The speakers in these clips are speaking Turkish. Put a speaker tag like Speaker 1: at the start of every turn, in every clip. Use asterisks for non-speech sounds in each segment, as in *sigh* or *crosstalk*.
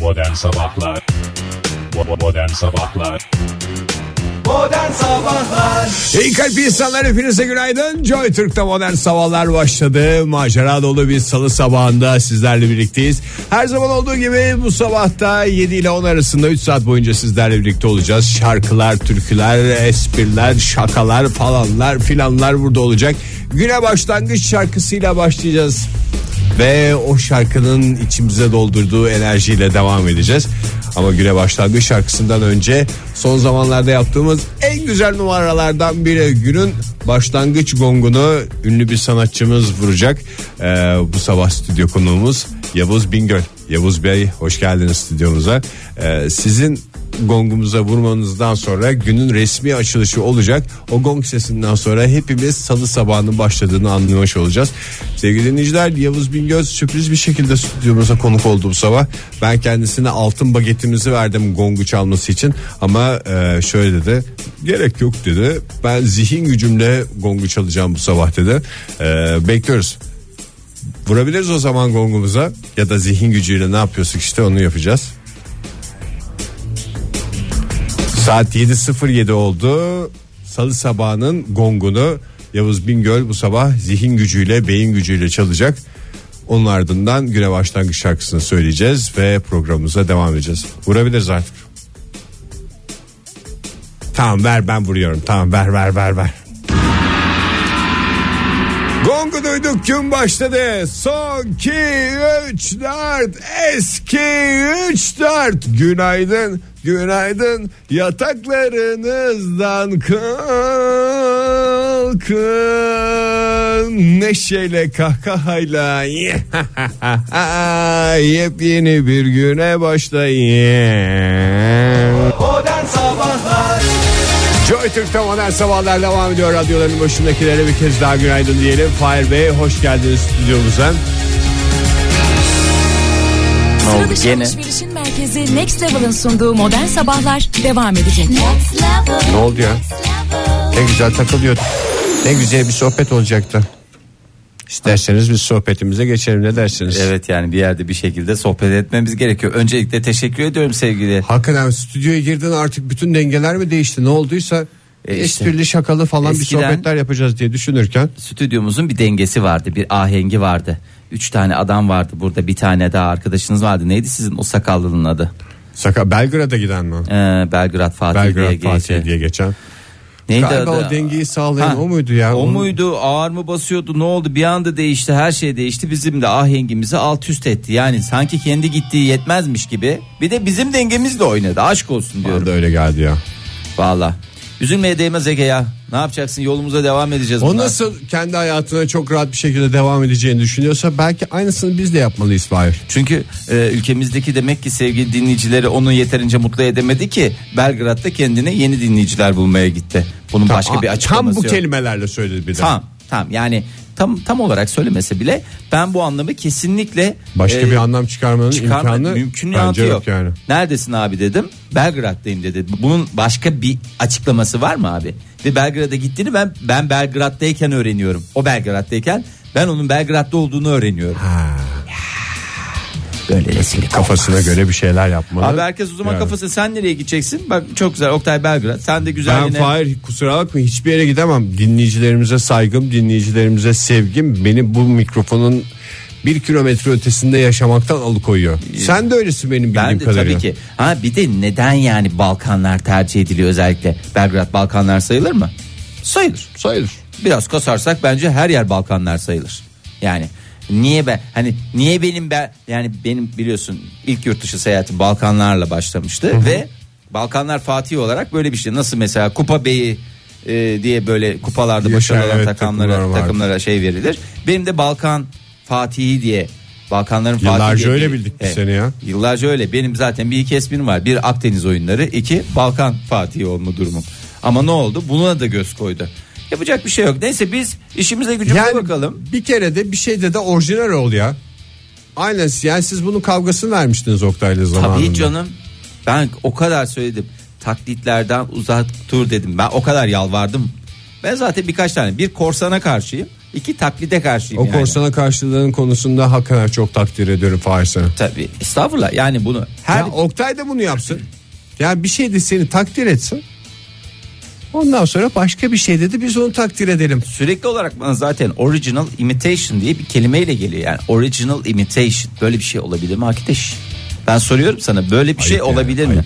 Speaker 1: Modern Sabahlar Bo- Modern Sabahlar
Speaker 2: Modern Sabahlar
Speaker 3: İyi kalp insanlar hepinize günaydın. Joy Türk'te modern sabahlar başladı. Macera dolu bir salı sabahında sizlerle birlikteyiz. Her zaman olduğu gibi bu sabahta 7 ile 10 arasında 3 saat boyunca sizlerle birlikte olacağız. Şarkılar, türküler, espriler, şakalar falanlar filanlar burada olacak. Güne başlangıç şarkısıyla başlayacağız. Ve o şarkının içimize doldurduğu enerjiyle devam edeceğiz. Ama güne başlangıç şarkısından önce son zamanlarda yaptığımız en güzel numaralardan biri günün başlangıç gongunu ünlü bir sanatçımız vuracak. Ee, bu sabah stüdyo konuğumuz Yavuz Bingöl. Yavuz Bey hoş geldiniz stüdyomuza. Ee, sizin gongumuza vurmanızdan sonra günün resmi açılışı olacak. O gong sesinden sonra hepimiz salı sabahının başladığını anlamış olacağız. Sevgili dinleyiciler Yavuz Bingöz sürpriz bir şekilde stüdyomuza konuk oldu bu sabah. Ben kendisine altın bagetimizi verdim gongu çalması için ama e, şöyle dedi gerek yok dedi. Ben zihin gücümle gongu çalacağım bu sabah dedi. E, bekliyoruz. Vurabiliriz o zaman gongumuza ya da zihin gücüyle ne yapıyorsak işte onu yapacağız. Saat 7.07 oldu. Salı sabahının gongunu Yavuz Bingöl bu sabah zihin gücüyle, beyin gücüyle çalacak. Onun ardından güne başlangıç şarkısını söyleyeceğiz ve programımıza devam edeceğiz. Vurabiliriz artık. Tamam ver ben vuruyorum. Tamam ver ver ver ver. Gongu duyduk gün başladı. Son 2 3 4 eski 3 4 günaydın günaydın yataklarınızdan kalkın neşeyle kahkahayla *laughs* yepyeni bir güne başlayın.
Speaker 2: Modern Sabahlar
Speaker 3: Joy Türk'te modern sabahlar devam ediyor. Radyoların başındakilere bir kez daha günaydın diyelim. Fahir Bey hoş geldiniz stüdyomuza.
Speaker 4: Sıra
Speaker 5: oldu
Speaker 4: dışı
Speaker 5: gene?
Speaker 4: alışverişin merkezi Next Level'ın sunduğu modern sabahlar devam edecek.
Speaker 3: Ne oldu ya? Ne güzel takılıyorduk. Ne güzel bir sohbet olacaktı. İsterseniz biz sohbetimize geçelim ne dersiniz?
Speaker 5: Evet yani bir yerde bir şekilde sohbet etmemiz gerekiyor. Öncelikle teşekkür ediyorum sevgili.
Speaker 3: Hakikaten stüdyoya girdin artık bütün dengeler mi değişti? Ne olduysa
Speaker 5: E işte.
Speaker 3: esprili şakalı falan bir
Speaker 5: Eskiden-
Speaker 3: sohbetler yapacağız diye düşünürken.
Speaker 5: Stüdyomuzun bir dengesi vardı, bir ahengi vardı. Üç tane adam vardı burada, bir tane daha arkadaşınız vardı. Neydi sizin o sakallının adı?
Speaker 3: Saka Belgrad'a giden mi?
Speaker 5: Ee, Belgrad Fatih diye
Speaker 3: Belgrad
Speaker 5: geçti.
Speaker 3: Fatih diye geçen.
Speaker 5: Neydi
Speaker 3: Galiba
Speaker 5: adı?
Speaker 3: o dengeyi sağlayan
Speaker 5: Ha,
Speaker 3: o muydu ya?
Speaker 5: O
Speaker 3: Onun-
Speaker 5: muydu? Ağır mı basıyordu? Ne oldu? Bir anda değişti. Her şey değişti. Bizim de ahengimizi alt üst etti. Yani sanki kendi gittiği yetmezmiş gibi. Bir de bizim dengemizle oynadı. Aşk olsun diyorum.
Speaker 3: Bana da öyle geldi ya.
Speaker 5: Valla. Üzülmeye değmez Ege ya. Ne yapacaksın? Yolumuza devam edeceğiz.
Speaker 3: O
Speaker 5: bundan.
Speaker 3: nasıl kendi hayatına çok rahat bir şekilde devam edeceğini düşünüyorsa belki aynısını biz de yapmalıyız Fahir.
Speaker 5: Çünkü e, ülkemizdeki demek ki sevgili dinleyicileri onu yeterince mutlu edemedi ki Belgrad'da kendine yeni dinleyiciler bulmaya gitti. Bunun başka bir açıklaması
Speaker 3: Tam bu
Speaker 5: yok.
Speaker 3: kelimelerle söyledi bir de.
Speaker 5: Tam tam yani tam tam olarak söylemese bile ben bu anlamı kesinlikle
Speaker 3: Başka
Speaker 5: e,
Speaker 3: bir anlam çıkarmanın
Speaker 5: çıkarma
Speaker 3: imkanı
Speaker 5: mümkünatı
Speaker 3: bence
Speaker 5: yok.
Speaker 3: yok. yani.
Speaker 5: Neredesin abi dedim. Belgrad'dayım dedi. Bunun başka bir açıklaması var mı abi? Ve Belgrad'a gittiğini ben ben Belgrad'dayken öğreniyorum. O Belgrad'dayken ben onun Belgrad'da olduğunu öğreniyorum. Böyle rezillik.
Speaker 3: Kafasına göre bir şeyler yapmalı.
Speaker 5: Abi herkes o zaman
Speaker 3: Yani.
Speaker 5: kafası sen nereye gideceksin? Bak çok güzel Oktay Belgrad. Sen de güzel
Speaker 3: Ben
Speaker 5: yine.
Speaker 3: Fahir kusura bakma hiçbir yere gidemem. Dinleyicilerimize saygım, dinleyicilerimize sevgim beni bu mikrofonun bir kilometre ötesinde yaşamaktan alıkoyuyor. Sen de öylesin benim bildiğim
Speaker 5: Ee, ben de
Speaker 3: kadarıyla.
Speaker 5: tabii ki. Ha bir de neden yani Balkanlar tercih ediliyor özellikle? Belgrad Balkanlar sayılır mı? Sayılır.
Speaker 3: Sayılır.
Speaker 5: biraz kasarsak bence her yer Balkanlar sayılır. Yani niye ben hani niye benim ben yani benim biliyorsun ilk yurt dışı seyahatim Balkanlarla başlamıştı ve Balkanlar Fatih olarak böyle bir şey nasıl mesela Kupa Bey'i e, diye böyle kupalarda
Speaker 3: Diye
Speaker 5: başarılı olan
Speaker 3: evet, takımlar
Speaker 5: takımlara
Speaker 3: vardı.
Speaker 5: takımlara şey verilir. Benim de Balkan Fatih'i diye Balkanların Fatih'i
Speaker 3: Yıllarca
Speaker 5: diye
Speaker 3: öyle
Speaker 5: bir-
Speaker 3: bildik biz seni ya.
Speaker 5: Yıllarca öyle. Benim zaten bir iki esprim var. Bir Akdeniz oyunları, iki Balkan Fatih olma durumum. Ama ne oldu? Buna da göz koydu. Yapacak bir şey yok. Neyse biz işimize gücümüze
Speaker 3: Yani
Speaker 5: bakalım.
Speaker 3: bir kere de bir şeyde de orijinal ol ya. Aynen yani siz bunun kavgasını vermiştiniz Oktay'la zamanında.
Speaker 5: Tabii canım. Ben o kadar söyledim. Taklitlerden uzak dur dedim. Ben o kadar yalvardım. Ben zaten birkaç tane bir korsana karşıyım. iki taklide karşıyım
Speaker 3: O
Speaker 5: yani.
Speaker 3: korsana karşılığının konusunda hakikaten çok takdir ediyorum Fahir sana.
Speaker 5: Tabii estağfurullah yani bunu her
Speaker 3: Ya Oktay da bunu yapsın. Yani bir şeyde seni takdir etsin. Ondan sonra başka bir şey dedi biz onu takdir edelim.
Speaker 5: sürekli olarak bana zaten original imitation diye bir kelimeyle geliyor. Yani original imitation böyle bir şey olabilir mi arkadaş? Ben soruyorum sana böyle bir şey
Speaker 3: yani,
Speaker 5: olabilir mi?
Speaker 3: ayıp.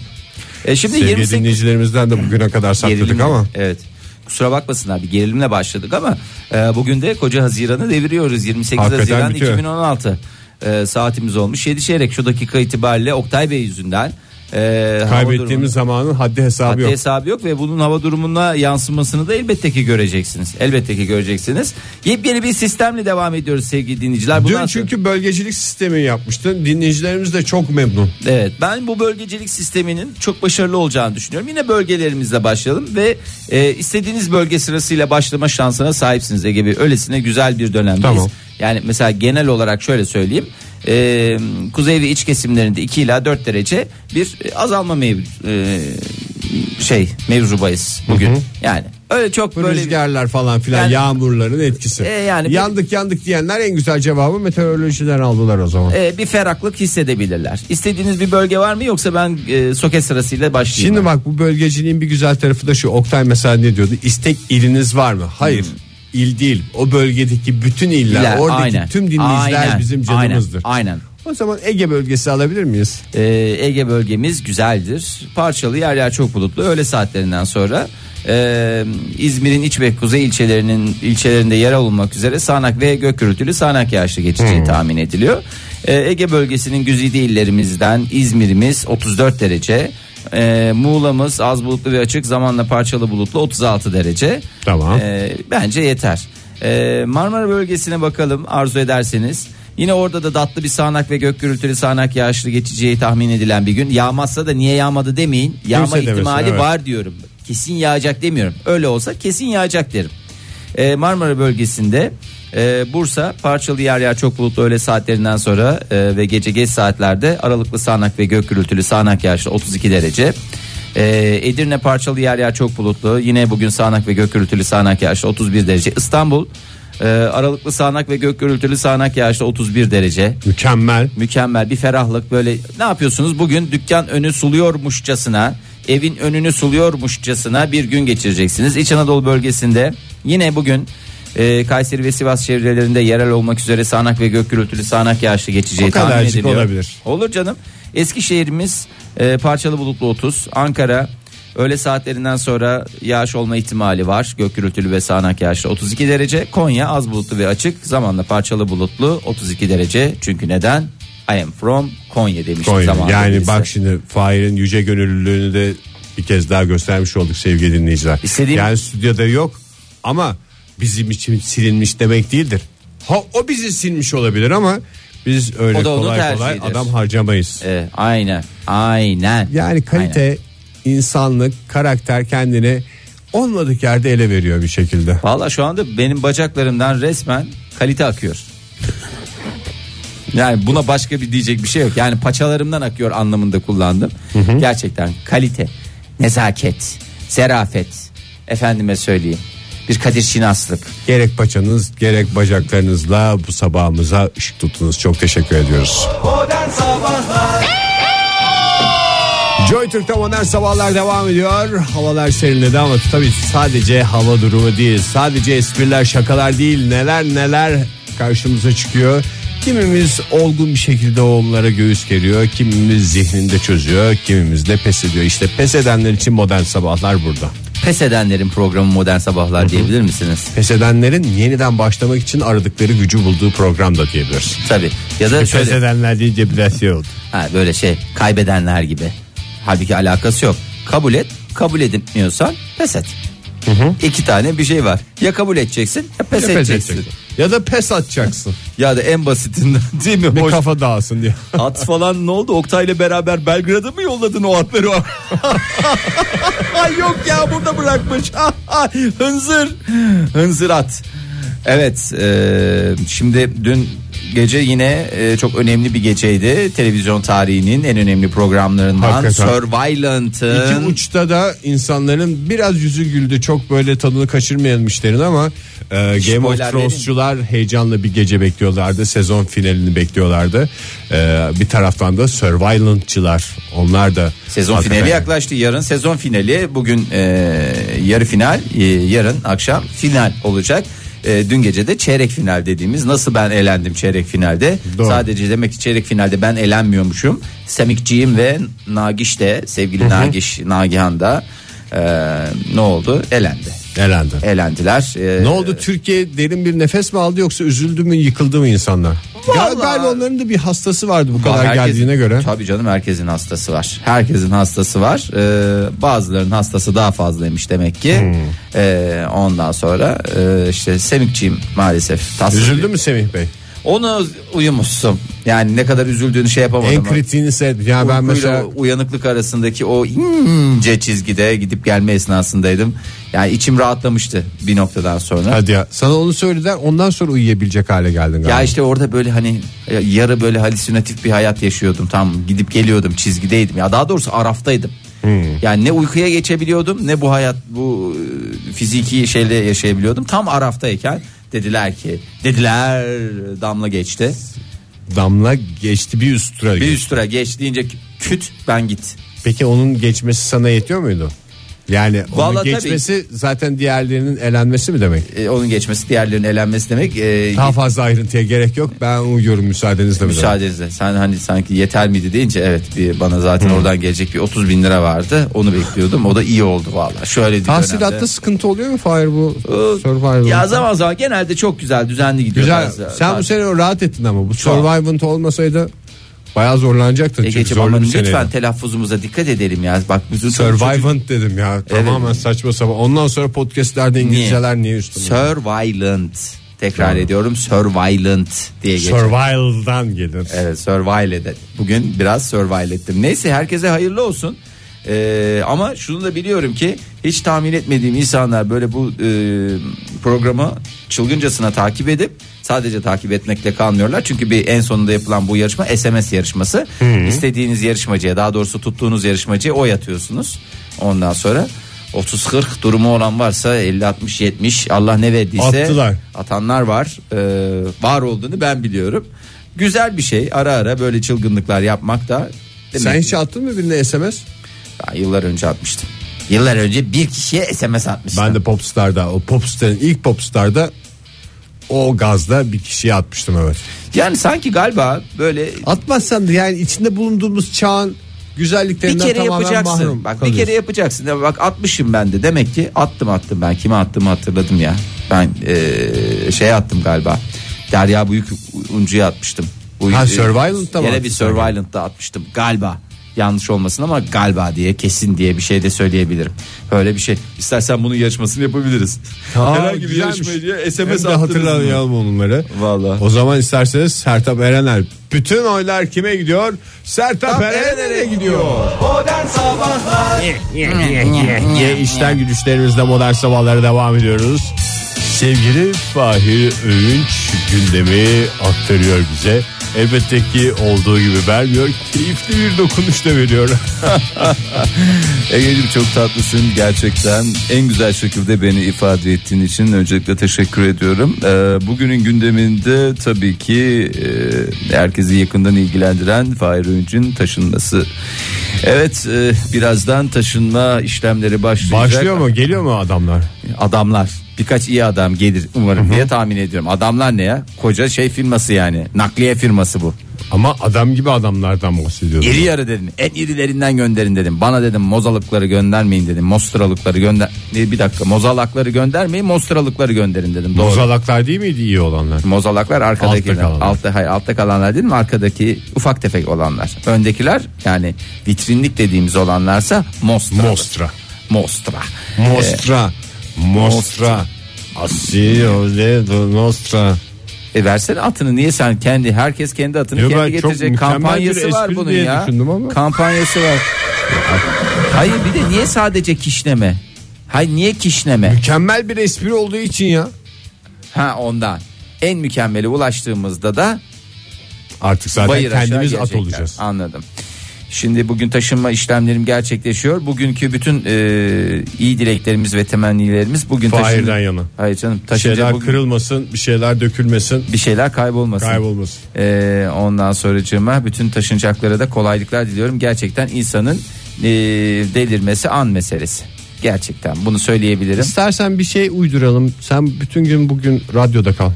Speaker 5: E şimdi
Speaker 3: Sevgili
Speaker 5: 28
Speaker 3: dinleyicilerimizden de bugüne kadar sakladık
Speaker 5: Gerilimle-
Speaker 3: ama.
Speaker 5: Evet. Kusura bakmasınlar bir gerilimle başladık ama e, bugün de koca Haziran'ı deviriyoruz. 28
Speaker 3: Hakikaten
Speaker 5: Haziran
Speaker 3: bitiyor.
Speaker 5: 2016 e, saatimiz olmuş. 7 çeyrek şu dakika itibariyle Oktay Bey yüzünden e, hava
Speaker 3: Kaybettiğimiz
Speaker 5: durumu-
Speaker 3: zamanın haddi hesabı
Speaker 5: Haddi
Speaker 3: yok.
Speaker 5: hesabı yok ve bunun hava durumuna yansımasını da elbette ki göreceksiniz. Elbette ki göreceksiniz. Yepyeni bir sistemle devam ediyoruz sevgili dinleyiciler. Bundan
Speaker 3: Dün
Speaker 5: sonra-
Speaker 3: çünkü bölgecilik sistemi yapmıştın. Dinleyicilerimiz de çok memnun.
Speaker 5: Evet ben bu bölgecilik sisteminin çok başarılı olacağını düşünüyorum. Yine bölgelerimizle başlayalım ve e, istediğiniz bölge sırasıyla başlama şansına sahipsiniz Ege Bey. Öylesine güzel bir dönemdeyiz.
Speaker 3: Tamam.
Speaker 5: Yani mesela genel olarak şöyle söyleyeyim. E, kuzey ve iç kesimlerinde 2 ila 4 derece bir e, azalma mevzu e, şey mevzubahis bugün. Yani öyle çok
Speaker 3: Bu
Speaker 5: böyle bir-
Speaker 3: rüzgarlar falan filan
Speaker 5: Yani-
Speaker 3: yağmurların etkisi.
Speaker 5: E, yani-
Speaker 3: yandık yandık diyenler en güzel cevabı meteorolojiden aldılar o zaman.
Speaker 5: e, bir ferahlık hissedebilirler. İstediğiniz bir bölge var mı yoksa ben e, soket sırasıyla başlayayım.
Speaker 3: Şimdi
Speaker 5: mı?
Speaker 3: bak bu bölgeciliğin bir güzel tarafı da şu. Oktay mesela ne diyordu? İstek iliniz var mı? Hayır. il değil. O bölgedeki bütün iller,
Speaker 5: Hmm. İller,
Speaker 3: oradaki
Speaker 5: aynen.
Speaker 3: tüm dinleyiciler
Speaker 5: Aynen,
Speaker 3: bizim canımızdır.
Speaker 5: aynen, aynen.
Speaker 3: O zaman Ege bölgesi alabilir miyiz?
Speaker 5: Ee, Ege bölgemiz güzeldir. Parçalı yer yer çok bulutlu. Öğle saatlerinden sonra e, İzmir'in iç ve kuzey ilçelerinin ilçelerinde yer olmak üzere sağanak ve gök gürültülü sağanak yağışlı
Speaker 3: Hmm.
Speaker 5: geçeceği tahmin ediliyor. Ee, Ege bölgesinin güzide illerimizden İzmir'imiz 34 derece. Ee, Muğla'mız az bulutlu ve açık zamanla parçalı bulutlu 36 derece.
Speaker 3: Tamam.
Speaker 5: Ee, bence yeter. Ee, Marmara bölgesine bakalım arzu ederseniz. Yine orada da datlı bir sağanak ve gök gürültülü sağanak yağışlı geçeceği tahmin edilen bir gün. Yağmazsa da niye yağmadı demeyin. Yağma
Speaker 3: demesin,
Speaker 5: ihtimali
Speaker 3: evet.
Speaker 5: var diyorum. Kesin yağacak demiyorum. Öyle olsa kesin yağacak derim. Ee, Marmara bölgesinde e, Bursa parçalı yer yer çok bulutlu öğle saatlerinden sonra e, ve gece geç saatlerde aralıklı sağanak ve gök gürültülü sağanak yağışlı 32 derece. Ee, Edirne parçalı yer yer çok bulutlu. Yine bugün sağanak ve gök gürültülü sağanak yağışlı 31 derece. İstanbul e, aralıklı sağanak ve gök gürültülü sağanak yağışlı 31 derece.
Speaker 3: Mükemmel.
Speaker 5: Mükemmel bir ferahlık böyle ne yapıyorsunuz bugün dükkan önü suluyormuşçasına evin önünü suluyormuşçasına bir gün geçireceksiniz. İç Anadolu bölgesinde yine bugün e, Kayseri ve Sivas çevrelerinde yerel olmak üzere sağanak ve gök gürültülü sağanak yağışlı geçeceği
Speaker 3: O
Speaker 5: tahmin
Speaker 3: kadarcık
Speaker 5: ediliyor.
Speaker 3: olabilir.
Speaker 5: Olur canım. Eskişehir'imiz e, parçalı bulutlu 30. Ankara öğle saatlerinden sonra yağış olma ihtimali var. Gök gürültülü ve sağanak yağışlı 32 derece. Konya az bulutlu ve açık. Zamanla parçalı bulutlu 32 derece. Çünkü neden? I am from Konya demişti
Speaker 3: Konya.
Speaker 5: zamanında.
Speaker 3: Yani
Speaker 5: birisi.
Speaker 3: bak şimdi Fahir'in yüce gönüllülüğünü de bir kez daha göstermiş olduk sevgili dinleyiciler.
Speaker 5: İstediğim-
Speaker 3: Yani stüdyoda yok ama bizim için silinmiş demek değildir. Ha, o bizi silmiş olabilir ama biz öyle
Speaker 5: O da onun
Speaker 3: kolay kolay
Speaker 5: tercihidir.
Speaker 3: adam harcamayız.
Speaker 5: E, aynen. Aynen.
Speaker 3: Yani kalite,
Speaker 5: Aynen.
Speaker 3: insanlık, karakter kendini olmadık yerde ele veriyor bir şekilde.
Speaker 5: Valla şu anda benim bacaklarımdan resmen kalite akıyor. Yani buna başka bir diyecek bir şey yok. Yani paçalarımdan akıyor anlamında kullandım. Gerçekten kalite, nezaket, zerafet. Efendime söyleyeyim. Bir Kadir Şinaslık.
Speaker 3: Gerek paçanız gerek bacaklarınızla bu sabahımıza ışık tuttunuz. Çok teşekkür ediyoruz.
Speaker 2: Modern Sabahlar
Speaker 3: Joy Türk'te modern sabahlar devam ediyor. Havalar serinledi ama tabii sadece hava durumu değil. Sadece espriler şakalar değil. Neler neler karşımıza çıkıyor. Kimimiz olgun bir şekilde onlara göğüs geriyor. Kimimiz zihninde çözüyor. Kimimiz de pes ediyor. İşte pes edenler için modern sabahlar burada.
Speaker 5: Pes edenlerin programı Modern Sabahlar diyebilir misiniz?
Speaker 3: pes edenlerin yeniden başlamak için aradıkları gücü bulduğu program da diyebiliriz.
Speaker 5: Tabii. Ya da
Speaker 3: Pes
Speaker 5: şöyle,
Speaker 3: edenler deyince biraz şey oldu.
Speaker 5: ha, böyle şey kaybedenler gibi. Halbuki alakası yok. Kabul et. Kabul edilmiyorsan pes et. İki tane bir şey var. Ya kabul edeceksin ya pes,
Speaker 3: Ya pes
Speaker 5: edeceksin.
Speaker 3: edeceksin. Ya da pes atacaksın.
Speaker 5: Ya da en basitinden *laughs* değil mi?
Speaker 3: Bir
Speaker 5: Hoş-
Speaker 3: kafa dağılsın diye.
Speaker 5: At falan ne oldu? Oktay'la beraber Belgrad'a mı yolladın o atları? Ay *laughs* Yok ya burada bırakmış. *laughs* Hınzır. Hınzır at. Evet e, şimdi dün gece yine e, çok önemli bir geceydi. Televizyon tarihinin en önemli programlarından
Speaker 3: Hakikaten. İki
Speaker 5: Survivalent'ın
Speaker 3: uçta da insanların biraz yüzü güldü. Çok böyle tadını kaçırmayan işlerin ama e, Game of
Speaker 5: Spoiler
Speaker 3: Thrones'cular heyecanla bir gece bekliyorlardı. Sezon finalini bekliyorlardı. E, bir taraftan da Survivalent'çılar. Onlar da
Speaker 5: sezon
Speaker 3: hakikaten-
Speaker 5: finali yaklaştı. Yarın sezon finali, bugün e, yarı final, e, yarın akşam final olacak. E, dün gece de çeyrek final dediğimiz nasıl ben elendim çeyrek finalde.
Speaker 3: Doğru.
Speaker 5: Sadece demek ki çeyrek finalde ben elenmiyormuşum. Semikciğim ve Nagiş de sevgili Nagiş Nagihan da e, ne oldu? Elendi.
Speaker 3: Elendi.
Speaker 5: Elendiler. E,
Speaker 3: Ne oldu Türkiye derin bir nefes mi aldı yoksa üzüldü mü yıkıldı mı insanlar?
Speaker 5: Vallahi-
Speaker 3: Galiba onların da bir hastası vardı bu kadar
Speaker 5: Herkesin-
Speaker 3: geldiğine göre.
Speaker 5: Tabii canım herkesin hastası var. Herkesin hastası var. Ee, bazılarının hastası daha fazlaymış demek ki.
Speaker 3: Hmm.
Speaker 5: Ee, ondan sonra e, işte Semikçiyim maalesef. Tasvip
Speaker 3: Üzüldü
Speaker 5: ediyor.
Speaker 3: mü Semih Bey?
Speaker 5: Ona uyumuşsun. Yani ne kadar üzüldüğünü şey yapamadım.
Speaker 3: En
Speaker 5: ama
Speaker 3: kritiğini sevdi. Ya ben
Speaker 5: uykuyla
Speaker 3: mesela
Speaker 5: uyanıklık arasındaki o ince çizgide gidip gelme esnasındaydım. Yani içim rahatlamıştı bir noktadan sonra.
Speaker 3: hadi ya sana onu söylediler ondan sonra uyuyabilecek hale geldin galiba.
Speaker 5: Ya işte orada böyle hani yarı böyle halüsinatif bir hayat yaşıyordum. Tam gidip geliyordum çizgideydim. Ya daha doğrusu araftaydım.
Speaker 3: Hmm.
Speaker 5: Yani ne uykuya geçebiliyordum ne bu hayat bu e, fiziki şeyle yaşayabiliyordum. Tam araftayken dediler ki dediler damla geçti.
Speaker 3: Damla geçti bir üst tura
Speaker 5: Bir
Speaker 3: geçti.
Speaker 5: üst tura geç deyince küt ben git.
Speaker 3: Peki onun geçmesi sana yetiyor muydu? Yani onun
Speaker 5: Vallahi tabii.
Speaker 3: geçmesi zaten diğerlerinin elenmesi mi demek?
Speaker 5: E, onun geçmesi diğerlerinin elenmesi demek. E,
Speaker 3: Daha fazla ayrıntıya gerek yok. Ben uyuyorum müsaadenizle. mi?
Speaker 5: Müsaadenizle sen hani sanki yeter miydi deyince evet bir bana
Speaker 3: Hmm.
Speaker 5: zaten oradan gelecek bir 30 bin lira vardı onu bekliyordum o da iyi oldu valla şöyle bir dönemde.
Speaker 3: Tahsilatta sıkıntı oluyor mu Fahir bu Survivor'da?
Speaker 5: Ya zaman zaman genelde çok güzel düzenli gidiyor.
Speaker 3: Güzel.
Speaker 5: Bazı-
Speaker 3: Sen bu
Speaker 5: bazı-
Speaker 3: sene rahat ettin ama bu
Speaker 5: Çok.
Speaker 3: Survivant olmasaydı bayağı zorlanacaktın. çünkü
Speaker 5: Egeciğim
Speaker 3: zorlu
Speaker 5: aman
Speaker 3: bir
Speaker 5: E, lütfen
Speaker 3: seneydi.
Speaker 5: telaffuzumuza dikkat edelim ya. Bak bizim
Speaker 3: Survivant dedim ya. Tamamen saçma sapan. Ondan sonra podcastlerde İngilizceler niye üstüne?
Speaker 5: Survivalent. Tekrar ediyorum survivalent diye geçiyor.
Speaker 3: Survival'dan gelir.
Speaker 5: Evet survive ede- Bugün biraz survive ettim. Neyse herkese hayırlı olsun. Ee, ama şunu da biliyorum ki hiç tahmin etmediğim insanlar böyle bu e, programı çılgıncasına takip edip sadece takip etmekle kalmıyorlar. Çünkü bir en sonunda yapılan bu yarışma SMS yarışması. İstediğiniz yarışmacıya daha doğrusu tuttuğunuz yarışmacıya oy atıyorsunuz. Ondan sonra 30-40 durumu olan varsa 50-60-70 Allah ne verdiyse
Speaker 3: Attılar.
Speaker 5: atanlar var. Ee, var olduğunu ben biliyorum. Güzel bir şey ara ara böyle çılgınlıklar yapmak da. demek
Speaker 3: Sen
Speaker 5: ki-
Speaker 3: hiç attın mı birine SMS?
Speaker 5: Ben yıllar önce atmıştım. Yıllar önce bir kişiye SMS atmıştım.
Speaker 3: Ben de Popstar'da o Popstar'ın ilk Popstar'da o gazda bir kişiye atmıştım evet.
Speaker 5: Yani sanki galiba böyle
Speaker 3: Atmazsan da yani içinde bulunduğumuz çağın
Speaker 5: bir
Speaker 3: güzelliklerinden
Speaker 5: kere
Speaker 3: tamamen
Speaker 5: yapacaksın.
Speaker 3: mahrum
Speaker 5: Bak bir
Speaker 3: kalıyorsun.
Speaker 5: kere yapacaksın. Ya Bak atmışım ben de. Demek ki attım attım ben. Kime attığımı hatırladım ya. Ben eee şey attım galiba. Derya Büyük Uncu'ya atmıştım. Bu,
Speaker 3: Ha,
Speaker 5: eee,
Speaker 3: Survivalent'ta mı
Speaker 5: Yine bir
Speaker 3: atmışsın?
Speaker 5: Survivalent'ta atmıştım galiba. Yanlış olmasın ama galiba diye kesin diye bir şey de söyleyebilirim. Böyle bir şey. İstersen bunun yarışmasını yapabiliriz.
Speaker 3: Aa,
Speaker 5: Herhangi bir
Speaker 3: güzelmiş.
Speaker 5: yarışmacıya
Speaker 3: Hem de
Speaker 5: SMS attınız mı?
Speaker 3: hatırlayalım onları.
Speaker 5: Vallahi.
Speaker 3: O zaman isterseniz Sertab Erener. Bütün oylar kime gidiyor? Sertab Erener'e gidiyor.
Speaker 2: Modern Sabahlar
Speaker 3: Ye işten gülüşlerimizle modern sabahlara devam ediyoruz. Sevgili Fahir Öğünç gündemi aktarıyor bize. Elbette ki olduğu gibi vermiyor. Keyifli bir dokunuşla *laughs* veriyor.
Speaker 5: Ege'cim çok tatlısın gerçekten en güzel şekilde beni ifade ettiğin için öncelikle teşekkür ediyorum. Ee, bugünün gündeminde tabii ki e, herkesi yakından ilgilendiren Fahir Öğünç'ün taşınması. Evet e, birazdan taşınma işlemleri başlayacak.
Speaker 3: Başlıyor mu? Geliyor mu adamlar?
Speaker 5: Adamlar birkaç iyi adam gelir umarım diye tahmin ediyorum. Adamlar ne ya? Koca şey firması yani nakliye firması bu.
Speaker 3: Ama adam gibi adamlardan bahsediyoruz.
Speaker 5: İri yarı dedim. En irilerinden gönderin dedim. Bana dedim mozalıkları göndermeyin dedim. Mostralıkları gönder... Ne, Bir dakika mozalakları göndermeyin mostralıkları gönderin dedim. Doğru.
Speaker 3: Bozalaklar değil miydi iyi olanlar?
Speaker 5: Mozalaklar arkadaki
Speaker 3: Altta kalanlar.
Speaker 5: altta hayır altta kalanlar değil mi? Arkadaki ufak tefek olanlar. Öndekiler yani vitrinlik dediğimiz olanlarsa mostra.
Speaker 3: Mostra.
Speaker 5: Mostra.
Speaker 3: Mostra. Mostra. Asile de Nostra.
Speaker 5: E versene atını niye sen kendi herkes kendi atını
Speaker 3: Yo, ben
Speaker 5: kendi
Speaker 3: çok
Speaker 5: getirecek
Speaker 3: mükemmel bir
Speaker 5: kampanyası var
Speaker 3: espri
Speaker 5: bunun
Speaker 3: diye
Speaker 5: ya.
Speaker 3: düşündüm ama.
Speaker 5: Kampanyası var. Hayır bir de niye sadece kişneme? Hayır niye kişneme?
Speaker 3: Mükemmel bir espri olduğu için ya.
Speaker 5: Ha ondan. En mükemmeli ulaştığımızda da
Speaker 1: Artık zaten
Speaker 5: Bayır aşağı
Speaker 1: kendimiz at
Speaker 5: gelecekler.
Speaker 1: olacağız.
Speaker 5: Anladım. Şimdi bugün taşınma işlemlerim gerçekleşiyor. Bugünkü bütün e, iyi dileklerimiz ve temennilerimiz bugün
Speaker 1: Fahir'den
Speaker 5: taşın-
Speaker 1: yana.
Speaker 5: Hayır canım
Speaker 1: Bir
Speaker 5: taşınca
Speaker 1: şeyler
Speaker 5: bugün
Speaker 1: kırılmasın, bir şeyler dökülmesin,
Speaker 5: bir şeyler kaybolmasın.
Speaker 1: kaybolmasın.
Speaker 5: Ee, ondan sonracığıma bütün taşınacaklara da kolaylıklar diliyorum. Gerçekten insanın e, delirmesi an meselesi. Gerçekten bunu söyleyebilirim.
Speaker 3: İstersen bir şey uyduralım. Sen bütün gün bugün radyoda kal.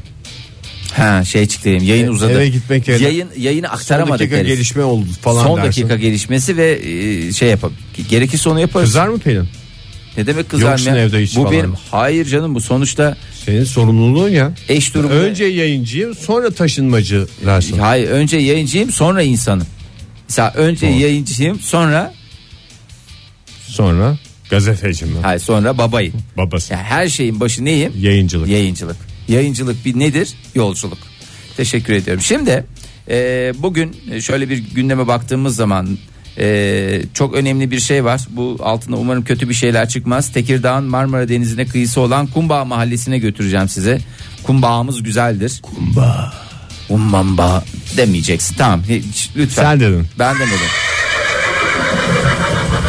Speaker 5: Ha şey çıktayım
Speaker 1: E,
Speaker 5: yayın uzadı.
Speaker 3: eve gitmek yerine-
Speaker 5: Yayın yayını
Speaker 3: Son
Speaker 5: aktaramadık.
Speaker 3: dakika
Speaker 5: deriz.
Speaker 3: gelişme oldu falan
Speaker 5: Son
Speaker 3: dersin.
Speaker 5: dakika gelişmesi ve e, şey yapalım. Gerekirse onu yaparız.
Speaker 3: Kızar mı Pelin?
Speaker 5: Ne demek kızar
Speaker 3: Yoksun
Speaker 5: mı ya?
Speaker 3: evde hiç
Speaker 5: Bu
Speaker 3: falan.
Speaker 5: benim hayır canım bu sonuçta
Speaker 3: Senin sorumluluğun ya.
Speaker 5: eş durumu.
Speaker 3: Önce yayıncıyım sonra taşınmacı dersin.
Speaker 5: hayır önce yayıncıyım sonra insanım. Mesela önce yayıncıyım sonra
Speaker 3: Sonra
Speaker 1: Gazeteci mi?
Speaker 5: hayır sonra babayım.
Speaker 1: Babası.
Speaker 5: Yani her şeyin başı neyim?
Speaker 1: Yayıncılık.
Speaker 5: Yayıncılık. Yayıncılık bir nedir? Yolculuk. Teşekkür ediyorum. Şimdi e, bugün şöyle bir gündeme baktığımız zaman e, çok önemli bir şey var. Bu altında umarım kötü bir şeyler çıkmaz. Tekirdağ'ın Marmara Denizi'ne kıyısı olan Kumbağ Mahallesi'ne götüreceğim size. Kumbağamız güzeldir. Kumbağ. Umbamba demeyeceksin. Tamam hiç- lütfen.
Speaker 3: Sen dedin.
Speaker 5: Ben demedim.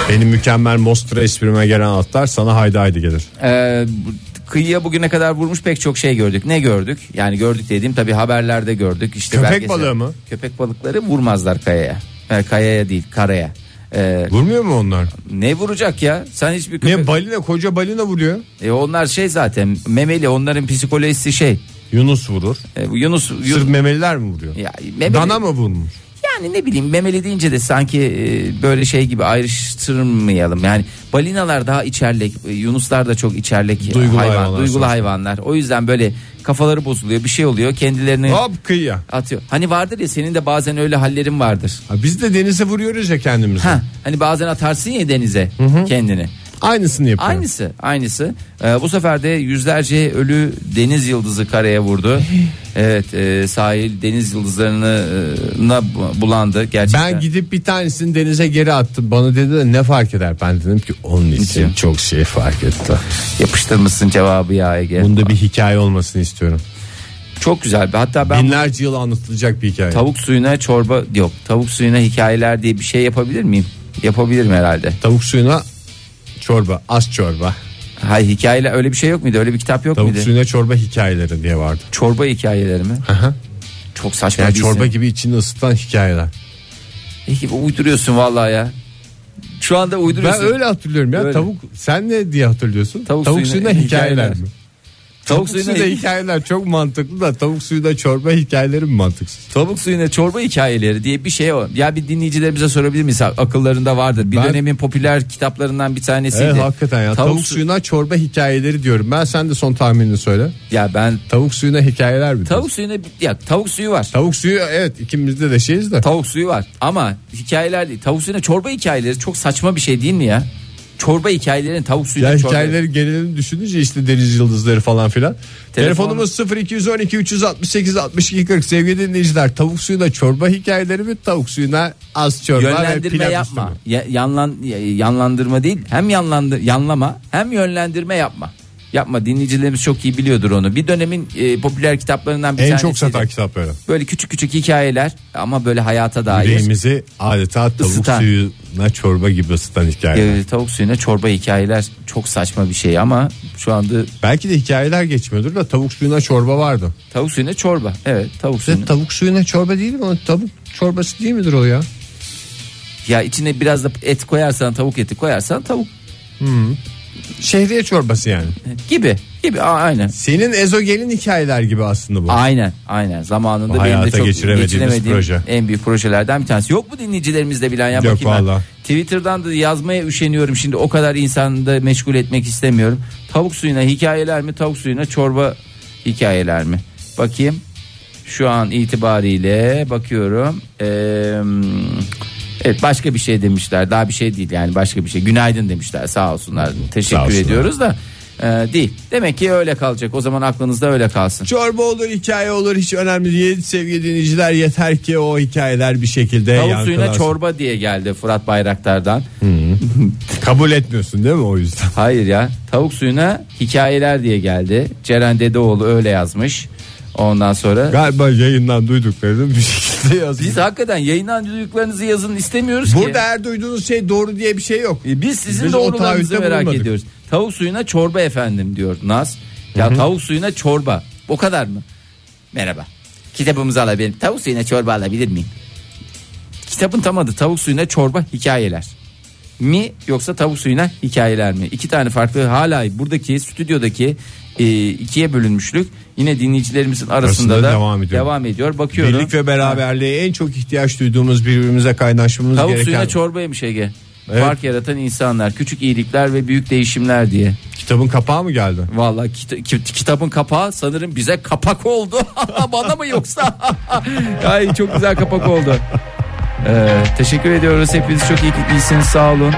Speaker 3: Benim mükemmel Mostra esprime gelen atlar sana haydi haydi gelir.
Speaker 5: Ee, bu- kıyıya bugüne kadar vurmuş pek çok şey gördük. Ne gördük? Yani gördük dediğim tabii haberlerde gördük. İşte
Speaker 3: Köpek balığı mı?
Speaker 5: Köpek balıkları vurmazlar kayaya. Yani kayaya değil karaya. Ee,
Speaker 3: Vurmuyor mu onlar?
Speaker 5: ne vuracak ya? Sen hiçbir
Speaker 3: Ne
Speaker 5: köpek...
Speaker 3: balina koca balina vuruyor.
Speaker 5: E, onlar şey zaten memeli onların psikolojisi şey.
Speaker 3: Yunus vurur.
Speaker 5: E, bu Yunus...
Speaker 3: Sırf
Speaker 5: Yunus-
Speaker 3: memeliler mi vuruyor?
Speaker 5: Ya, memeli-
Speaker 3: Dana mı vurmuş?
Speaker 5: Yani ne bileyim memeli deyince de sanki e, böyle şey gibi ayrıştırmayalım. Yani balinalar daha içerlek, e, yunuslar da çok içerlek
Speaker 3: Duygulu
Speaker 5: hayvan,
Speaker 3: hayvanlar
Speaker 5: duygulu
Speaker 3: sonuçta.
Speaker 5: hayvanlar. O yüzden böyle kafaları bozuluyor, bir şey oluyor, kendilerini
Speaker 3: Hop kıyıya.
Speaker 5: atıyor. Hani vardır ya senin de bazen öyle hallerin vardır.
Speaker 3: Ha, biz de denize vuruyoruz ya kendimizi.
Speaker 5: Ha, hani bazen atarsın ya denize kendini.
Speaker 3: Aynısını yapıyor.
Speaker 5: Aynısı, aynısı. Ee, bu sefer de yüzlerce ölü deniz yıldızı karaya
Speaker 3: *gasps*
Speaker 5: vurdu. evet, e, sahil deniz yıldızlarına e, bulandı gerçekten.
Speaker 3: Ben gidip bir tanesini denize geri attım. Bana dedi de ne fark eder? Ben dedim ki onun için
Speaker 5: Hiç.
Speaker 3: çok şey fark etti.
Speaker 5: Yapıştırmışsın cevabı ya Ege.
Speaker 3: Bunda bir hikaye olmasını istiyorum.
Speaker 5: Çok güzel. bir- Hatta ben
Speaker 3: Binlerce yıl anlatılacak bir hikaye.
Speaker 5: tavuk suyuna çorba yok. Tavuk suyuna hikayeler diye bir şey yapabilir miyim? Yapabilirim herhalde.
Speaker 3: Tavuk suyuna çorba, az çorba.
Speaker 5: Hay hikayeyle öyle bir şey yok muydu? Öyle bir kitap yok
Speaker 3: Tavuk
Speaker 5: muydu?
Speaker 3: suyuna çorba hikayeleri diye vardı.
Speaker 5: Çorba hikayeleri mi?
Speaker 3: hı.
Speaker 5: Çok saçma
Speaker 3: Yani
Speaker 5: bir
Speaker 3: çorba
Speaker 5: çorba...
Speaker 3: gibi içini ısıtan hikayeler.
Speaker 5: uyduruyorsun vallahi ya. Şu anda
Speaker 3: Ben
Speaker 5: uyduruyorsun.
Speaker 3: öyle hatırlıyorum ya.
Speaker 5: Öyle.
Speaker 3: Tavuk sen ne diye hatırlıyorsun?
Speaker 5: Tavuk
Speaker 3: Tavuk,
Speaker 5: suyuna
Speaker 3: suyuna,
Speaker 5: hikayeler.
Speaker 3: hikayeler mi?
Speaker 5: tavuk,
Speaker 3: Suyuna
Speaker 5: *laughs* suyuna,
Speaker 3: hikayeler çok mantıklı da tavuk suyuna çorba hikayeleri mi mantıksız?
Speaker 5: tavuk suyuna çorba hikayeleri diye bir şey o. Ya bir dinleyicilerimize sorabilir miyiz? Akıllarında vardır. Bir
Speaker 3: Ben-
Speaker 5: dönemin popüler kitaplarından bir tanesiydi.
Speaker 3: Evet hakikaten ya. Tavuk,
Speaker 5: su-
Speaker 3: suyuna çorba hikayeleri diyorum. Ben sen de son tahminini söyle.
Speaker 5: Ya ben
Speaker 3: Tavuk suyuna hikayeler mi?
Speaker 5: tavuk suyuna ya tavuk suyu var.
Speaker 3: Tavuk suyu evet ikimizde de şeyiz de.
Speaker 5: Tavuk suyu var ama hikayeler değil. Tavuk suyuna çorba hikayeleri çok saçma bir şey değil mi ya? Çorba hikayelerin tavuk suyuna
Speaker 3: Ya
Speaker 5: çorba.
Speaker 3: hikayeleri genelini düşününce işte deniz yıldızları falan filan.
Speaker 5: Telefon-
Speaker 3: Telefonumuz 0212 368 62 40 sevgili dinleyiciler. Tavuk suyuna çorba hikayeleri mi? Tavuk suyuna az çorba ve
Speaker 5: Yönlendirme
Speaker 3: pilav üstü
Speaker 5: yapma.
Speaker 3: mü?
Speaker 5: Ya- yanlan ya- yanlandırma değil. Hem yanlandı yanlama hem yönlendirme yapma. Yapma dinleyicilerimiz çok iyi biliyordur onu. Bir dönemin e, popüler kitaplarından bir
Speaker 3: En
Speaker 5: tanesi.
Speaker 3: çok satan kitap böyle.
Speaker 5: Böyle küçük küçük hikayeler ama böyle hayata dair.
Speaker 3: Yüreğimizi adeta tavuk
Speaker 5: Isıtan.
Speaker 3: suyuna çorba gibi ısıtan hikayeler.
Speaker 5: E, tavuk suyuna çorba hikayeler çok saçma bir şey ama şu anda
Speaker 3: Belki de hikayeler geçmiyordur da tavuk suyuna çorba vardı.
Speaker 5: tavuk suyuna çorba. Evet tavuk suyuna.
Speaker 3: Tavuk suyuna çorba değil mi? Tavuk çorbası değil midir o ya?
Speaker 5: Ya içine biraz da et koyarsan tavuk eti koyarsan tavuk
Speaker 3: Şehriye çorbası yani.
Speaker 5: gibi gibi Aa, aynen.
Speaker 3: Senin ezogelin hikayeler gibi aslında bu.
Speaker 5: Aynen aynen zamanında
Speaker 3: Bu
Speaker 5: benim de
Speaker 3: hayata
Speaker 5: çok
Speaker 3: geçiremediğimiz
Speaker 5: geçiremediğim
Speaker 3: proje.
Speaker 5: en büyük projelerden bir tanesi. Yok mu dinleyicilerimizde bilen ya
Speaker 3: Yok
Speaker 5: bakayım ben.
Speaker 3: valla.
Speaker 5: Twitter'dan da yazmaya üşeniyorum şimdi o kadar insanı da meşgul etmek istemiyorum. Tavuk suyuna hikayeler mi tavuk suyuna çorba hikayeler mi? Bakayım şu an itibariyle bakıyorum. Eee Evet başka bir şey demişler daha bir şey değil yani başka bir şey günaydın demişler sağ olsunlar teşekkür
Speaker 3: Sağ olsunlar.
Speaker 5: ediyoruz da eee, değil demek ki öyle kalacak o zaman aklınızda öyle kalsın.
Speaker 3: Çorba olur hikaye olur hiç önemli değil sevgili dinleyiciler yeter ki o hikayeler bir şekilde
Speaker 5: Tavuk suyuna
Speaker 3: yankılansın.
Speaker 5: çorba diye geldi Fırat Bayraktar'dan.
Speaker 3: Kabul etmiyorsun değil mi o
Speaker 5: *laughs*
Speaker 3: yüzden?
Speaker 5: Hayır ya tavuk suyuna hikayeler diye geldi. Ceren Dedeoğlu öyle yazmış. Ondan sonra
Speaker 3: Galiba yayından duyduklarının bir şekilde diye yazmış.
Speaker 5: Biz hakikaten yayınlan duyduklarınızı yazın istemiyoruz ki.
Speaker 3: Burada her duyduğunuz şey doğru diye bir şey yok.
Speaker 5: E, Biz sizin
Speaker 3: Biz o
Speaker 5: doğrularınızı
Speaker 3: taahhütte
Speaker 5: merak
Speaker 3: bulunmadık.
Speaker 5: ediyoruz. Tavuk suyuna çorba efendim diyor Naz. Ya tavuk suyuna çorba. O kadar mı? Merhaba. Kitabımızı alabilirim. Tavuk suyuna çorba alabilir miyim? Kitabın tam adı tavuk suyuna çorba hikayeler. Mi yoksa tavuk suyuna hikayeler mi? İki tane farklı hala buradaki stüdyodaki e, ikiye bölünmüşlük yine dinleyicilerimizin arasında,
Speaker 3: Arasında
Speaker 5: da
Speaker 3: devam
Speaker 5: devam
Speaker 3: ediyor.
Speaker 5: ediyor. Bakıyorum.
Speaker 3: Birlik ve beraberliğe en çok ihtiyaç duyduğumuz birbirimize kaynaşmamız
Speaker 5: Tavuk
Speaker 3: gereken
Speaker 5: suyuna çorbaya Ege.
Speaker 3: Evet.
Speaker 5: Fark yaratan insanlar, küçük iyilikler ve büyük değişimler diye.
Speaker 3: kitabın kapağı mı geldi?
Speaker 5: Vallahi kita- ki- kitabın kapağı sanırım bize kapak oldu. *laughs* Bana mı yoksa? *laughs* Ay çok güzel kapak oldu. Ee, teşekkür ediyoruz. Hepiniz çok iyi iyisiniz. Sağ olun.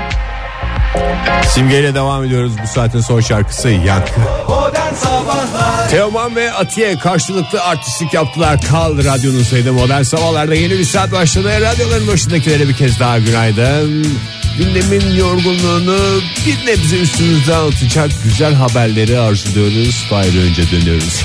Speaker 3: Simgeyle devam ediyoruz bu saatin son şarkısı Yankı.
Speaker 2: Modern Sabahlar
Speaker 3: Teoman ve Atiye karşılıklı artistlik yaptılar. Kal radyonun sayıda modern sabahlarda yeni bir saat başladı. Radyoların başındakilere bir kez daha günaydın. Gündemin yorgunluğunu bir nebze üstünüzden atacak güzel haberleri arzuluyoruz. Fahir önce dönüyoruz.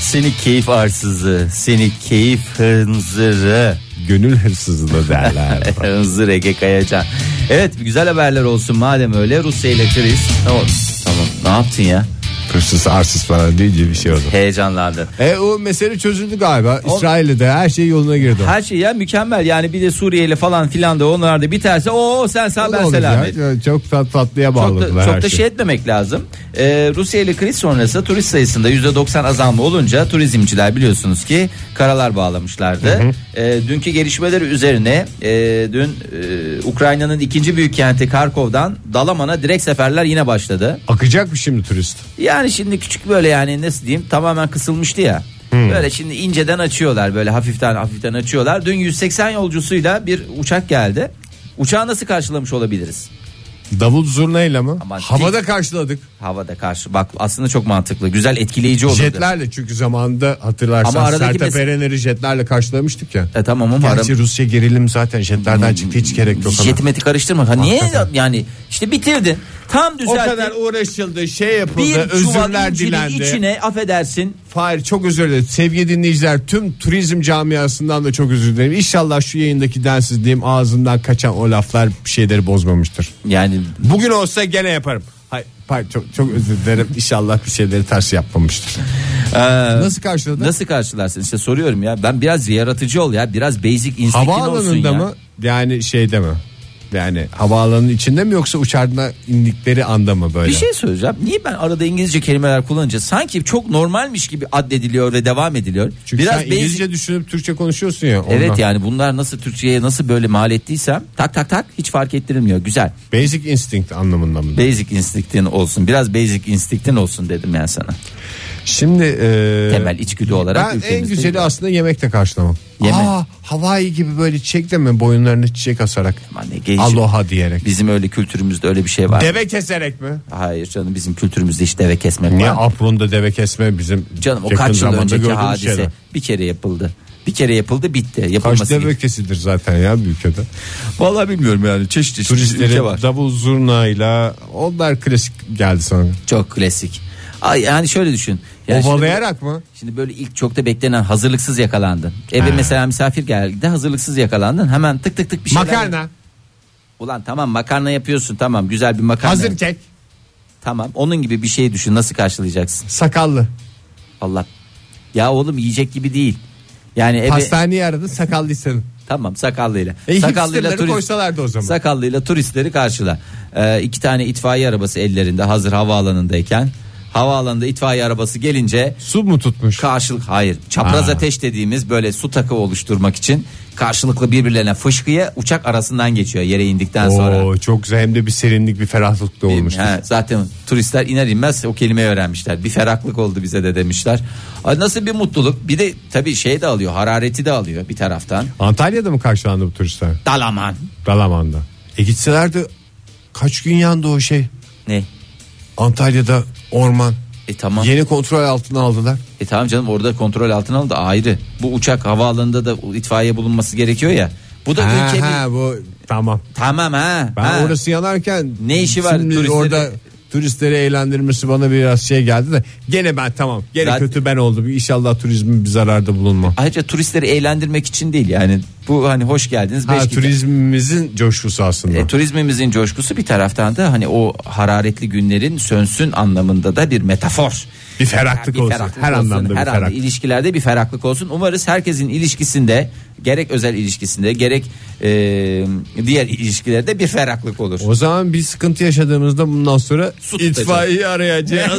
Speaker 5: Seni keyif arsızı, seni keyif hınzırı.
Speaker 3: *laughs* Gönül hırsızlığı *laughs* derler.
Speaker 5: Hınzır Ege Kayacan. Evet güzel haberler olsun madem öyle. Rusya ile kriz. Ne oldu? Tamam ne yaptın ya?
Speaker 3: Hırsız arsız falan deyince bir şey oldu.
Speaker 5: Heyecanlandın.
Speaker 3: E o mesele çözüldü galiba. İsrail'de de her şey yoluna girdi.
Speaker 5: Her şey ya mükemmel yani bir de Suriyeli falan filan da onlar da biterse o sen sağ ben
Speaker 3: Ne olacak?
Speaker 5: selamet.
Speaker 3: Çok tat, tatlıya
Speaker 5: Çok
Speaker 3: bağladılar
Speaker 5: da,
Speaker 3: her
Speaker 5: çok da
Speaker 3: şeyi.
Speaker 5: şey etmemek lazım. Ee, Rusya ile kriz sonrası turist sayısında %90 azalma olunca turizmciler biliyorsunuz ki karalar bağlamışlardı. Ee, dünkü gelişmeler üzerine e, dün e, Ukrayna'nın ikinci büyük kenti Karkov'dan Dalaman'a direkt seferler yine başladı.
Speaker 3: Akacak mı şimdi turist?
Speaker 5: Yani şimdi küçük böyle yani nasıl diyeyim tamamen kısılmıştı ya. Böyle şimdi inceden açıyorlar böyle hafiften hafiften açıyorlar. Dün 180 yolcusuyla bir uçak geldi. Uçağı nasıl karşılamış olabiliriz?
Speaker 3: Davul zurnayla mı?
Speaker 5: Aman
Speaker 3: Havada karşıladık.
Speaker 5: Havada karşı bak aslında çok mantıklı güzel etkileyici olurdu.
Speaker 3: Jetlerle çünkü zamanında hatırlarsan
Speaker 5: Ama aradaki
Speaker 3: Sertab
Speaker 5: mes-
Speaker 3: Erener'i jetlerle karşılamıştık ya.
Speaker 5: E, tamam ama Hmm. ara-
Speaker 3: Gerçi Rusya gerilim zaten jetlerden çıktı hiç gerek yok. ona.
Speaker 5: Jeti meti karıştırma. Ha, niye yani işte bitirdin. Tam
Speaker 3: O
Speaker 5: düzelttin.
Speaker 3: kadar uğraşıldı şey yapıldı
Speaker 5: bir çuval
Speaker 3: özürler
Speaker 5: incinin
Speaker 3: dilendi.
Speaker 5: içine affedersin
Speaker 3: Fahir çok özür dilerim. Sevgili dinleyiciler tüm turizm camiasından da çok özür dilerim. İnşallah şu yayındaki densizliğim ağzımdan kaçan o laflar bir şeyleri bozmamıştır.
Speaker 5: yani
Speaker 3: Bugün olsa gene yaparım. Hayır, pardon, çok, çok özür dilerim. İnşallah bir şeyleri ters yapmamıştır. Nasıl karşıladın?
Speaker 5: Ee, nasıl karşılarsın işte soruyorum ya ben biraz yaratıcı ol ya biraz basic instinctin olsun
Speaker 3: Havaalanında
Speaker 5: ya.
Speaker 3: mı? Yani şeyde mi? Yani havaalanının içinde mi yoksa uçağına indikleri anda mı böyle?
Speaker 5: Bir şey söyleyeceğim. Niye ben arada İngilizce kelimeler kullanınca sanki çok normalmiş gibi addediliyor ve devam ediliyor.
Speaker 3: Çünkü
Speaker 5: Biraz
Speaker 3: sen
Speaker 5: basic-
Speaker 3: İngilizce düşünüp Türkçe konuşuyorsun ya.
Speaker 5: Evet
Speaker 3: ondan.
Speaker 5: yani bunlar nasıl Türkçe'ye nasıl böyle mal ettiysem tak tak tak hiç fark ettirilmiyor. Güzel.
Speaker 3: Basic instinct anlamında mı?
Speaker 5: Basic instinctin olsun. Biraz basic instinctin olsun dedim yani sana.
Speaker 3: Şimdi e,
Speaker 5: Temel içgüdü olarak
Speaker 3: ben en
Speaker 5: ülkemizde-
Speaker 3: güzeli aslında yemekte karşılamam.
Speaker 5: Yemek.
Speaker 3: Aa, Hawaii gibi böyle çiçekle mi boyunlarını çiçek asarak?
Speaker 5: Aman ne genç.
Speaker 3: Aloha diyerek.
Speaker 5: Bizim öyle kültürümüzde öyle bir şey var.
Speaker 3: Deve keserek mi?
Speaker 5: Hayır canım bizim kültürümüzde hiç deve kesmek
Speaker 3: Niye
Speaker 5: var.
Speaker 3: apronda deve kesme bizim
Speaker 5: Canım o
Speaker 3: yakın
Speaker 5: kaç yıl
Speaker 3: zamanda
Speaker 5: önceki
Speaker 3: gördüğümüz
Speaker 5: hadise
Speaker 3: şeyler.
Speaker 5: bir kere yapıldı. Bir kere yapıldı bitti.
Speaker 3: Kaç
Speaker 5: Yapılması
Speaker 3: deve
Speaker 5: gibi.
Speaker 3: kesilir zaten ya bir ülkede.
Speaker 5: Vallahi bilmiyorum yani çeşitli çeşitli ülke
Speaker 3: Turistlerin
Speaker 5: var.
Speaker 3: davul zurnayla onlar klasik geldi sana.
Speaker 5: Çok klasik. Ay, yani şöyle düşün. Yani şimdi-
Speaker 3: Ovalayarak mı?
Speaker 5: Şimdi böyle ilk çok da beklenen hazırlıksız yakalandın. Eve mesela misafir geldi hazırlıksız yakalandın. Hemen tık tık tık bir şeyler.
Speaker 3: Makarna,
Speaker 5: Ulan tamam makarna yapıyorsun tamam güzel bir makarna.
Speaker 3: hazır kek,
Speaker 5: Tamam onun gibi bir şey düşün nasıl karşılayacaksın?
Speaker 3: sakallı.
Speaker 5: Allah. Ya oğlum yiyecek gibi değil. Yani eve
Speaker 3: Pastaneyi aradın sakallıysanın.
Speaker 5: tamam sakallıyla.
Speaker 3: E,
Speaker 5: sakallıyla
Speaker 3: hipsterleri koysalardı o zaman.
Speaker 5: Sakallıyla turistleri karşıla. Ee, iki tane itfaiye arabası ellerinde hazır havaalanındayken. Havaalanında itfaiye arabası gelince
Speaker 3: Su mu tutmuş?
Speaker 5: karşılık hayır çapraz
Speaker 3: Aa.
Speaker 5: ateş dediğimiz böyle su takı oluşturmak için karşılıklı birbirlerine fışkıya uçak arasından geçiyor yere indikten sonra.
Speaker 3: Oo, çok güzel hem de bir serinlik bir ferahlık da olmuş.
Speaker 5: He, zaten turistler iner inmez o kelimeyi öğrenmişler. Bir ferahlık oldu bize de demişler. Ay nasıl bir mutluluk. Bir de tabii şey de alıyor, harareti de alıyor bir taraftan.
Speaker 3: Antalya'da mı karşılandı bu turistler?
Speaker 5: Dalaman.
Speaker 3: Dalaman'da. E gitselerdi kaç gün yandı o şey?
Speaker 5: Ne?
Speaker 3: Antalya'da orman.
Speaker 5: E tamam.
Speaker 3: Yeni kontrol altına aldılar.
Speaker 5: E tamam canım orada kontrol altına aldı ayrı. Bu uçak havaalanında da itfaiye bulunması gerekiyor ya. Bu da
Speaker 3: Ha,
Speaker 5: ülke bir...
Speaker 3: ha, bu tamam.
Speaker 5: Tamam ha.
Speaker 3: Ben
Speaker 5: ha.
Speaker 3: orası yanarken
Speaker 5: Ne işi var
Speaker 3: şimdi
Speaker 5: turistlerin?
Speaker 3: orada turistleri eğlendirmesi bana biraz şey geldi de gene ben tamam gene
Speaker 5: Zaten-
Speaker 3: kötü ben oldum İnşallah turizmin bir zararda bulunmam.
Speaker 5: Ayrıca turistleri eğlendirmek için değil yani bu hani hoş geldiniz.
Speaker 3: Ha,
Speaker 5: beş gidin.
Speaker 3: turizmimizin coşkusu aslında.
Speaker 5: E, turizmimizin coşkusu bir taraftan da hani o hararetli günlerin sönsün anlamında da bir metafor.
Speaker 3: Bir ferahlık olsun. Her anlamda bir
Speaker 5: Her
Speaker 3: ferahlık.
Speaker 5: ilişkilerde bir ferahlık olsun. Umarız herkesin ilişkisinde gerek özel ilişkisinde gerek e, diğer ilişkilerde bir ferahlık olur.
Speaker 3: O zaman bir sıkıntı yaşadığımızda bundan sonra
Speaker 5: Su
Speaker 3: itfaiye arayacağız.